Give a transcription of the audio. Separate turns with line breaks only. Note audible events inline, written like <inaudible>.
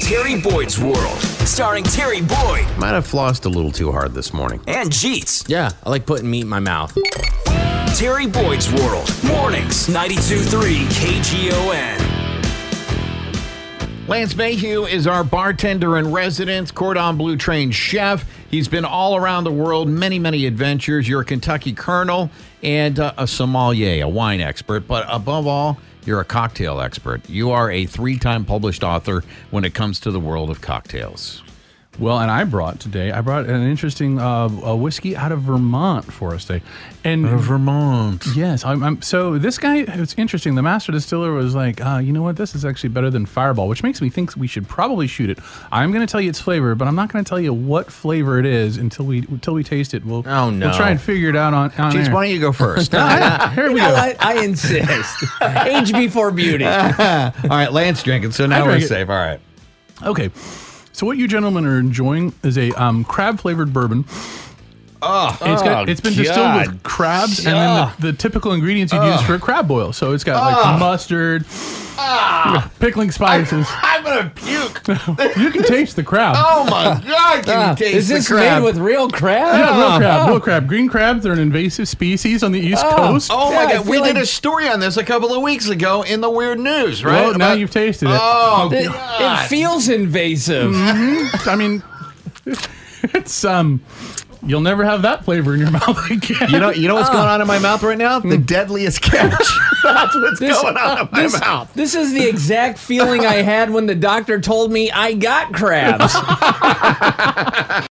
Terry Boyd's World, starring Terry Boyd
Might have flossed a little too hard this morning.
and Jeets.
Yeah, I like putting meat in my mouth.
Terry Boyd's World, mornings, 92.3 KGON.
Lance Mayhew is our bartender in residence, Cordon Bleu trained chef. He's been all around the world, many, many adventures. You're a Kentucky colonel and uh, a sommelier, a wine expert, but above all, you're a cocktail expert. You are a three time published author when it comes to the world of cocktails.
Well, and I brought today, I brought an interesting uh, a whiskey out of Vermont for us today. And
Vermont.
yes, I'm, I'm, so this guy, it's interesting. The master distiller was like, uh, you know what? This is actually better than Fireball, which makes me think we should probably shoot it. I'm going to tell you its flavor, but I'm not going to tell you what flavor it is until we until we taste it. We'll,
Oh, no.
we'll try and figure it out on, on
Jeez,
air.
why don't you go <laughs> first? all
Ah, here we go.
I,
<laughs>
I insist. Age before beauty.
right, Lance drinking, so now
I
we're
drink it.
safe. All right.
Okay. So what you gentlemen are enjoying is a um, crab flavored bourbon. Oh, it's, got,
oh,
it's been distilled
God.
with crabs and then the, the typical ingredients you'd use for a crab boil. So it's got
Ah.
like mustard, pickling spices.
I'm going to puke.
you can taste the crab.
Oh, my God. Can you taste
Ah, Is
the
this
crab?
made with real crab?
Yeah, real crab, real crab. Green crabs are an invasive species on the East Coast.
Oh my
Yeah, I
God! We
feel
did
like-
a story on this a couple of weeks ago in the Weird News, right?
well, now
About-
you've tasted it.
Oh,
It,
God.
it feels <laughs> invasive.
I mean, <laughs> it's um, you'll never have that flavor in your <laughs> mouth again.
you know, you know
Uh,
what's going on in my mouth right now? The deadliest <laughs> catch. That's what's
This-
going on in my
this-
mouth.
This is the exact feeling I had when the doctor told me I got crabs.